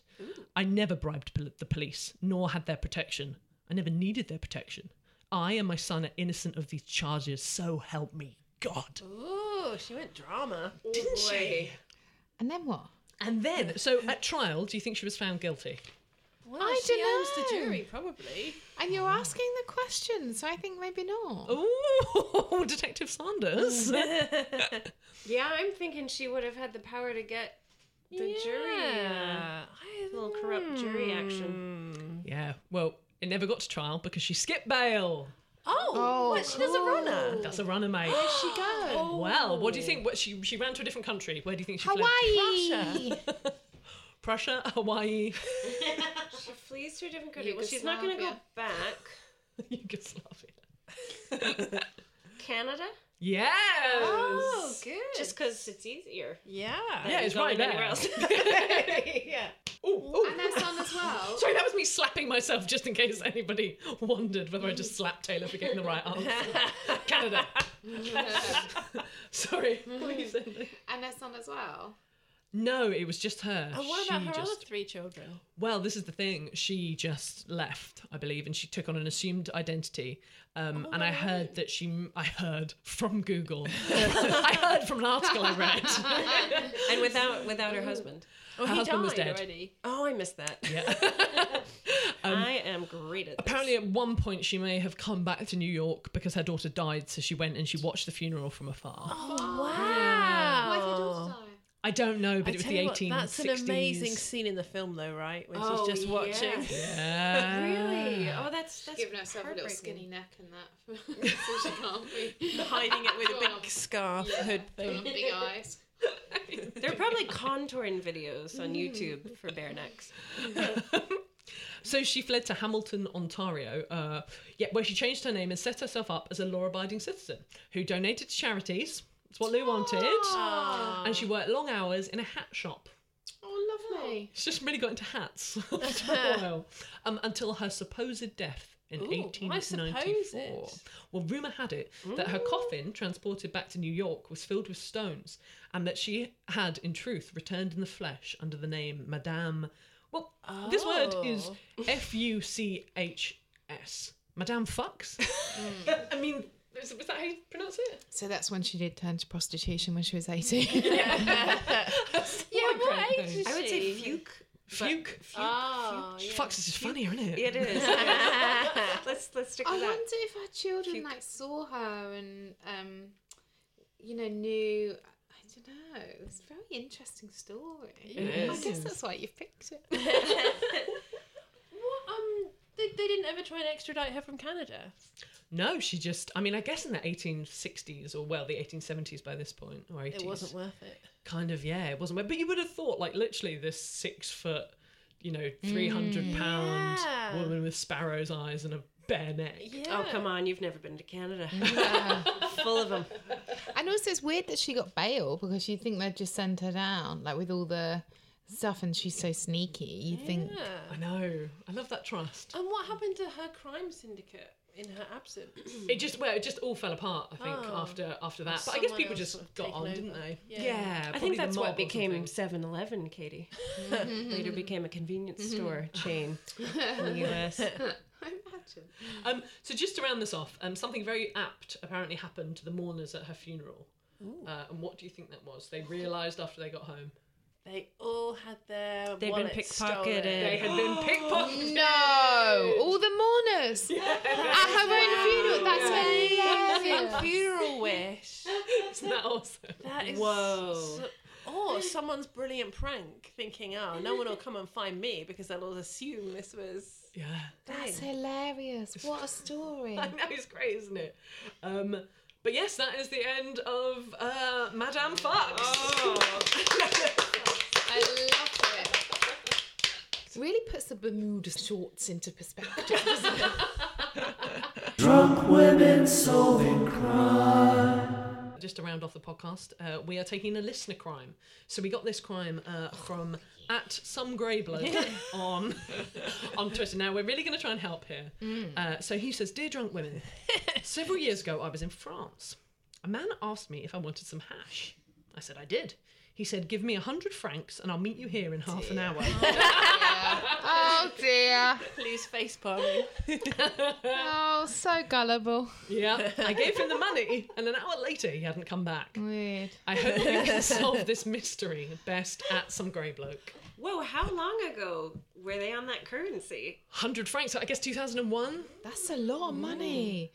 Speaker 2: I never bribed pol- the police, nor had their protection. I never needed their protection. I and my son are innocent of these charges, so help me God.
Speaker 10: Ooh, she went drama. Oh,
Speaker 2: Didn't she?
Speaker 9: And then what?
Speaker 2: And then, so at trial, do you think she was found guilty?
Speaker 10: Well,
Speaker 9: I
Speaker 10: she
Speaker 9: dunno.
Speaker 10: owns the jury, probably.
Speaker 9: And you're asking the question, so I think maybe not.
Speaker 2: Oh, Detective Sanders.
Speaker 1: Yeah, I'm thinking she would have had the power to get the jury. Uh, little corrupt jury action.
Speaker 2: yeah, well, it never got to trial because she skipped bail.
Speaker 10: Oh, what? She does a runner.
Speaker 2: That's a runner, mate.
Speaker 10: Where'd she go?
Speaker 2: Well, what do you think? What, she she ran to a different country. Where do you think she
Speaker 10: Hawaii.
Speaker 2: fled? Prussia, Hawaii,
Speaker 1: she flees to a different country. Well, she's not going to go
Speaker 2: Yugoslavia.
Speaker 1: back.
Speaker 2: Yugoslavia.
Speaker 1: Canada?
Speaker 2: Yes.
Speaker 1: Oh, good. Just because it's easier.
Speaker 10: Yeah.
Speaker 2: Yeah, it's right there.
Speaker 1: yeah.
Speaker 9: And there's on as well.
Speaker 2: Sorry, that was me slapping myself just in case anybody wondered whether I just slapped Taylor for getting the right answer. Canada. Sorry. What were you saying?
Speaker 9: and their son as well.
Speaker 2: No, it was just her.
Speaker 10: And Oh, what about
Speaker 2: She
Speaker 10: her
Speaker 2: just-
Speaker 10: other three children?
Speaker 2: Well, this is the thing. She just left, I believe, and she took on an assumed identity. Um,
Speaker 10: Oh,
Speaker 2: and I heard that she, I heard from Google, I heard from an article I read.
Speaker 1: and without without her husband.
Speaker 2: Oh, Her he husband was died dead.
Speaker 1: already. Oh, I missed that.
Speaker 2: Yeah.
Speaker 1: I am great at this.
Speaker 2: Apparently, at one point, she may have come back to New York because her daughter died, so she went and she watched the funeral from afar.
Speaker 10: Oh,
Speaker 2: Yeah.
Speaker 10: wow.
Speaker 2: Oh. I don't know, but
Speaker 10: I
Speaker 2: it was
Speaker 10: tell
Speaker 2: the
Speaker 10: you what,
Speaker 2: 1860s.
Speaker 10: that's an amazing scene in the film, though, right? When
Speaker 1: Oh,
Speaker 10: she's just
Speaker 1: yeah.
Speaker 10: watching.
Speaker 2: Yeah.
Speaker 1: Really? Oh, that's that's
Speaker 9: Giving herself a little skinny neck and that. so she can't be
Speaker 10: Hiding it with a
Speaker 9: Go on.
Speaker 10: big scarf hood
Speaker 9: Go on,
Speaker 10: thing.
Speaker 9: Big eyes.
Speaker 1: There are probably contouring videos on
Speaker 9: Mm.
Speaker 1: YouTube for bare necks.
Speaker 2: So she fled to Hamilton, Ontario, uh, yeah, where she changed her name and set herself up as a law abiding citizen who donated to charities. That's what Lou wanted. And she worked long hours in a hat shop.
Speaker 9: Oh, lovely.
Speaker 2: She's just really got into hats after a while. Um, until her supposed death in
Speaker 9: Ooh, why
Speaker 2: 1894.
Speaker 9: supposed?
Speaker 2: Well, rumour had it that her coffin, transported back to New York, was filled with stones and that she had, in truth, returned in the flesh under the name Madame. Well, this word is
Speaker 10: Oh.
Speaker 2: F U C H S. Madame Fucks? I mean, is, is that how you pronounce it?
Speaker 9: So that's when she did turn to prostitution when she was 18.
Speaker 10: Yeah, what age is
Speaker 1: I would say
Speaker 10: she?
Speaker 1: fuke.
Speaker 2: Fuke.
Speaker 10: Oh,
Speaker 2: Fucks is just funnier, isn't it?
Speaker 1: It is. let's let's stick
Speaker 9: I
Speaker 1: with
Speaker 9: wonder
Speaker 1: that.
Speaker 9: if her children like saw her and um, you know knew. I don't know. It's a very interesting story. I guess
Speaker 2: is.
Speaker 9: that's why you've picked it.
Speaker 10: What, um, they, they didn't ever try and extradite her from Canada.
Speaker 2: No, she just. I mean, I guess in the 1860s or well, the 1870s by this point or 80s.
Speaker 10: It wasn't worth it.
Speaker 2: Kind of, yeah, it wasn't. But you would have thought, like, literally, this six foot, you know,
Speaker 1: Mm.
Speaker 2: 300 pound
Speaker 10: Yeah.
Speaker 2: woman with sparrow's eyes and a bare neck.
Speaker 1: Oh come on, you've never been to Canada. Full of them.
Speaker 9: and also, it's weird that she got bail because you would think they'd just send her down, like with all the stuff, and she's so sneaky. You think
Speaker 2: I know. I love that trust.
Speaker 10: And what happened to her crime syndicate in her absence?
Speaker 2: It just well, it just all fell apart. I think
Speaker 10: Oh.
Speaker 2: after after that. But I guess
Speaker 10: Someone
Speaker 2: people
Speaker 10: else
Speaker 2: just
Speaker 10: sort of
Speaker 2: got
Speaker 10: taken
Speaker 2: on,
Speaker 10: over.
Speaker 2: didn't they?
Speaker 10: Yeah.
Speaker 1: I
Speaker 2: probably
Speaker 1: think
Speaker 2: the
Speaker 1: that's what
Speaker 2: mob or something.
Speaker 1: became 7-Eleven, Katie.
Speaker 9: Mm-hmm.
Speaker 1: Later became a convenience store chain in the US.
Speaker 9: I imagine.
Speaker 2: Um, so just to round this off, um, something very apt apparently happened to the mourners at her funeral. Uh, and what do you think that was? They realised after they got home.
Speaker 10: They all had their
Speaker 1: They'd been
Speaker 10: wallets
Speaker 1: pickpocketed.
Speaker 10: stolen.
Speaker 2: They had been pickpocketed.
Speaker 9: No, all the mourners at her own funeral. That's
Speaker 10: Amazing
Speaker 9: hilarious.
Speaker 10: funeral wish.
Speaker 2: Isn't that awesome?
Speaker 10: That is
Speaker 1: Whoa.
Speaker 10: So, or someone's brilliant prank, thinking, "Oh, no one will come and find me because they'll all assume this was."
Speaker 2: Yeah.
Speaker 9: That's hilarious. What a story.
Speaker 2: I know, it's great, isn't it? Um, but yes, that is the end of uh, Madame Fox.
Speaker 9: I love it. Really puts the Bermuda shorts into perspective. doesn't it?
Speaker 5: Drunk women solving crime.
Speaker 2: Just to round off the podcast, uh, we are taking a listener crime. So we got this crime uh, from at some grey blood on on Twitter. Now we're really going to try and help here. Uh, so he says, "Dear drunk women, several years ago I was in France. A man asked me if I wanted some hash. I said I did. He said, "Give me a hundred francs and I'll meet you here in half an hour."
Speaker 9: Oh dear.
Speaker 10: Please face palm me.
Speaker 9: Oh, so gullible.
Speaker 2: yeah, I gave him the money, and an hour later he hadn't come back.
Speaker 9: Weird.
Speaker 2: I hope you can solve this mystery best at some grey bloke.
Speaker 1: Whoa, how long ago were they on that currency?
Speaker 2: 100 francs, I guess 2001?
Speaker 9: That's a lot of money.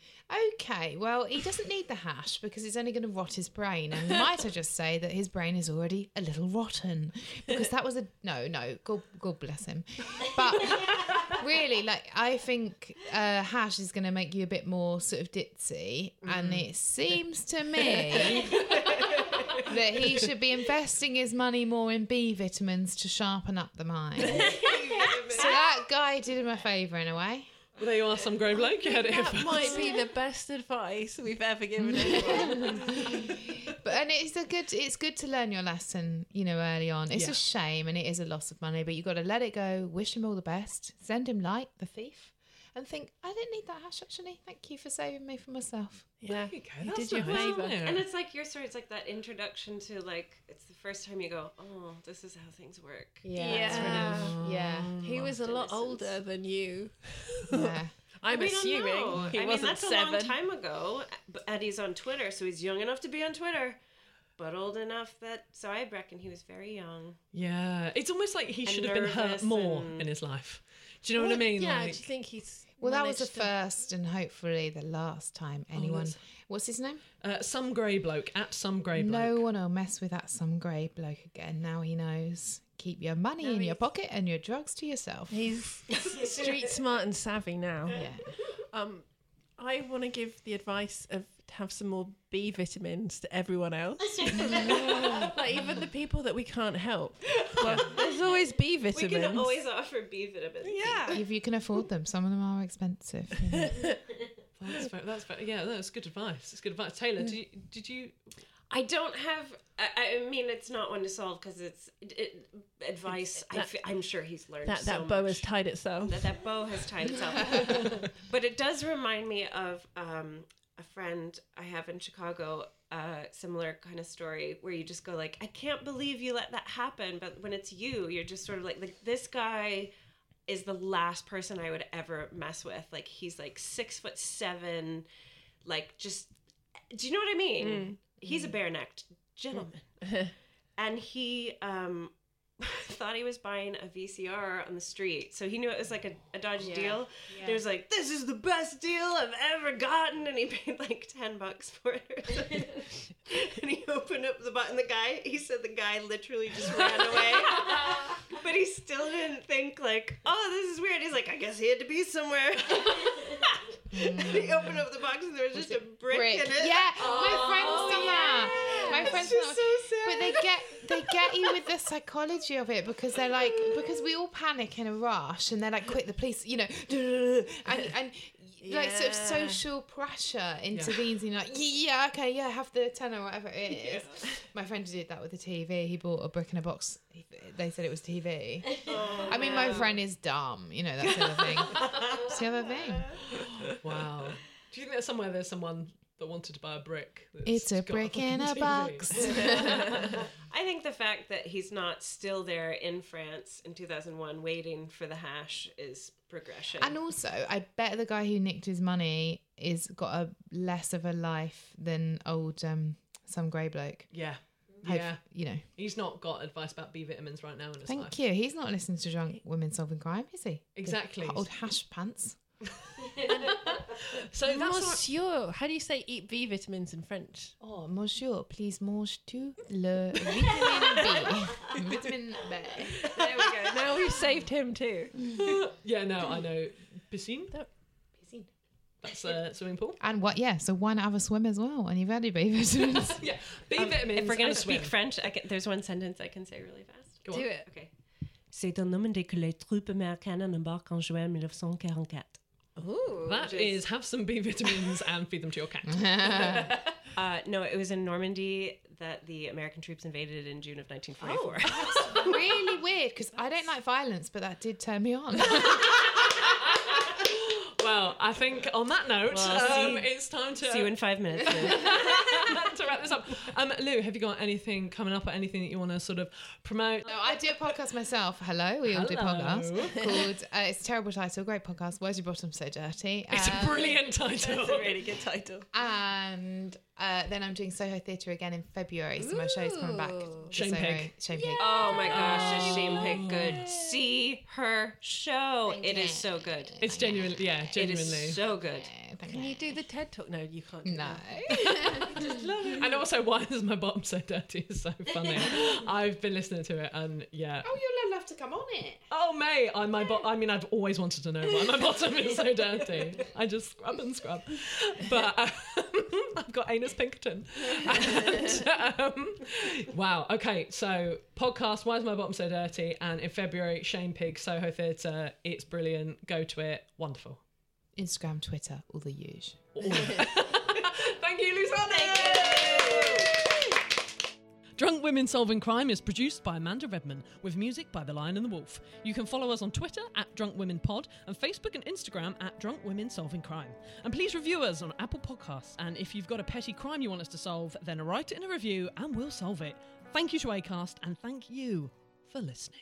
Speaker 9: Okay, well, he doesn't need the hash because it's only going to rot his brain. And might I just say that his brain is already a little rotten because that was a no, no. God, God bless him. But really, like I think uh, hash is going to make you a bit more sort of ditzy, and it seems to me that he should be investing his money more in B vitamins to sharpen up the mind. so that guy did him a favour in a way.
Speaker 2: Well, there you are, some grey bloke. You had it here
Speaker 8: That
Speaker 2: first.
Speaker 8: might be the best advice we've ever given anyone.
Speaker 9: But and it's a good it's good to learn your lesson, you know, early on. It's
Speaker 2: Yeah.
Speaker 9: a shame and it is a loss of money, but you gotta let it go, wish him all the best, send him light, the thief, and think, I didn't need that hash actually. Thank you for saving me from myself.
Speaker 8: yeah.
Speaker 2: There you go,
Speaker 8: You
Speaker 2: that's
Speaker 8: did your
Speaker 2: nice,
Speaker 8: favour.
Speaker 2: isn't it?
Speaker 1: And it's like your story. It's like that introduction to like it's the first time you go, oh, this is how things work.
Speaker 9: Yeah.
Speaker 8: Yeah.
Speaker 9: Yeah.
Speaker 8: He was a lot older than you.
Speaker 9: yeah.
Speaker 8: I'm
Speaker 1: We don't know.
Speaker 8: assuming he
Speaker 1: I mean,
Speaker 8: wasn't
Speaker 1: that's
Speaker 8: seven.
Speaker 1: a long time ago. but Eddie's on Twitter, so he's young enough to be on Twitter, but old enough that so I reckon he was very young.
Speaker 2: Yeah, it's almost like he
Speaker 1: And
Speaker 2: should have been hurt
Speaker 1: nervous
Speaker 2: more
Speaker 1: and-
Speaker 2: in his life. Do you know what, I mean?
Speaker 8: Yeah,
Speaker 2: Like,
Speaker 8: do you think he's.
Speaker 9: Well that was the
Speaker 8: managed to-
Speaker 9: first and hopefully the last time anyone
Speaker 2: that's-
Speaker 9: what's his name?
Speaker 2: uh, some grey bloke at some grey bloke.
Speaker 9: No one will mess with that some grey bloke again. Now he knows. Keep your money in your pocket and your drugs to yourself.
Speaker 8: He's street smart and savvy now.
Speaker 9: Yeah.
Speaker 8: Um, I want to give the advice of to have some more B vitamins to everyone else, like even the people that we can't help. Well, there's always B
Speaker 1: We
Speaker 8: vitamins.
Speaker 1: can always offer B vitamins.
Speaker 8: yeah.
Speaker 9: If you can afford them, some of them are expensive. you know.
Speaker 2: That's fair, that's fair. Yeah, that's good advice. It's good advice. Taylor, did you, did you
Speaker 1: I don't have. I, I mean, it's not one to solve because it's it, it- advice. I
Speaker 8: That-
Speaker 1: fe- I'm sure he's learned
Speaker 8: That
Speaker 1: so
Speaker 8: that bow
Speaker 1: much.
Speaker 8: has tied itself.
Speaker 1: that that bow has tied itself. but it does remind me of um, a friend I have in Chicago. uh, similar kind of story where you just go like, I can't believe you let that happen. But when it's you, you're just sort of like, like this guy is the last person I would ever mess with. Like he's like six foot seven. Like just, do you know what I mean? He's a bare necked gentleman, and he um thought he was buying a VCR on the street. So he knew it was like a, a dodgy deal. There was like, this is the best deal I've ever gotten. And he paid like 10 bucks for it or something. and he opened up the button. The guy, he said the guy literally just ran away. but he still didn't think like, oh, this is weird. He's like, I guess he had to be somewhere. and he opened up the box and there was, just a brick,
Speaker 9: brick.
Speaker 1: in it. Oh,
Speaker 9: Yeah, my friend's done that. My friend's done
Speaker 1: just
Speaker 9: that.
Speaker 1: so sad.
Speaker 9: But they get they get you with the psychology of it because they're like because we all panic in a rush and they're like quick the police you know and and like sort of
Speaker 8: Yeah.
Speaker 9: social pressure intervenes and you're like yeah, yeah okay yeah have the ten or whatever it is. My friend did that with the TV. He bought a brick in a box. He- They said it was TV. I mean,
Speaker 1: Oh.
Speaker 9: my friend is dumb. You know that's the other thing. That's the other thing.
Speaker 2: Wow. Do you think there's somewhere there's someone that wanted to buy a brick? that's
Speaker 9: It's a
Speaker 2: got
Speaker 9: brick in a
Speaker 2: fucking
Speaker 9: box.
Speaker 2: TV?
Speaker 1: I think the fact that he's not still there in France in 2001 waiting for the hash is progression.
Speaker 9: And also, I bet the guy who nicked his money is got a less of a life than old um some grey bloke.
Speaker 2: Yeah.
Speaker 9: Hope-
Speaker 2: Yeah.
Speaker 9: you know.
Speaker 2: He's not got advice about B vitamins right now in his
Speaker 9: Thank
Speaker 2: life.
Speaker 9: you. He's not listening to drunk women solving crime, is he? The
Speaker 2: Exactly.
Speaker 9: old hash pants.
Speaker 2: So that's what-
Speaker 8: Monsieur, how do you say eat B vitamins in French?
Speaker 9: Oh, monsieur, please mange tu le vitamin B. vitamin B.
Speaker 8: There we go. now we've saved him too.
Speaker 2: Yeah, no, I know. Piscine?
Speaker 9: Piscine.
Speaker 2: That's a swimming pool.
Speaker 9: And what? Yeah. So why not have a swim as well? And you've had your B vitamins.
Speaker 2: Yeah. B vitamins.
Speaker 1: If we're going
Speaker 2: and
Speaker 1: to
Speaker 2: a
Speaker 1: speak
Speaker 2: swim.
Speaker 1: French, I can, there's one sentence I can say really fast.
Speaker 2: Go on.
Speaker 8: it.
Speaker 1: Okay. C'est un homme dès que les troupes américaines embarquent en juin 1944.
Speaker 8: Ooh.
Speaker 2: That is have some B vitamins and feed them to your cat.
Speaker 1: Uh, no, it was in Normandy that the American troops invaded in June of 1944.
Speaker 8: Oh,
Speaker 9: really weird because I don't like violence, but that did turn me on.
Speaker 2: well, I think on that note,
Speaker 1: Well,
Speaker 2: um,
Speaker 1: see-
Speaker 2: it's time to
Speaker 1: See you in five minutes. Lou.
Speaker 2: to wrap this up. Um, Lou, have you got anything coming up or anything that you want to sort of promote?
Speaker 9: No, I do a podcast myself. Hello, we all do
Speaker 2: Hello.
Speaker 9: podcasts called. Uh, it's a terrible title, great podcast. Why's your bottom so dirty?
Speaker 2: It's
Speaker 9: Um,
Speaker 2: a brilliant title.
Speaker 8: Really good title.
Speaker 9: and uh, then I'm doing Soho Theatre again in February, so my show's coming back. to
Speaker 2: Shame
Speaker 9: Soho.
Speaker 2: Pig.
Speaker 9: Shame Pig.
Speaker 1: Oh my gosh, is Shane Pick good? See her show. It is so good.
Speaker 2: It's genuinely, yeah,
Speaker 1: It
Speaker 2: genuinely.
Speaker 1: is so good.
Speaker 8: Can you do the TED talk? No, you can't. Do
Speaker 9: No.
Speaker 8: that.
Speaker 2: and also, why is my bottom so dirty? Is so funny. I've been listening to it, and yeah,
Speaker 9: oh, you'll love to come on it.
Speaker 2: Oh, May, I'm my bo- I mean, I've always wanted to know why my bottom is so dirty. I just scrub and scrub. But um, I've got anus Pinkerton. And, um, wow. Okay. So, podcast Why is My Bottom So Dirty? And in February, Shane Pig, Soho Theatre. It's brilliant. Go to it. Wonderful.
Speaker 9: Instagram, Twitter, all the huge.
Speaker 2: Thank you, Luzana. Drunk Women Solving Crime is produced by Amanda Redman with music by The Lion and the Wolf. You can follow us on Twitter at Drunk Women Pod and Facebook and Instagram at Drunk Women Solving Crime. And please review us on Apple Podcasts. And if you've got a petty crime you want us to solve, then write it in a review and we'll solve it. Thank you to ACAST and thank you for listening.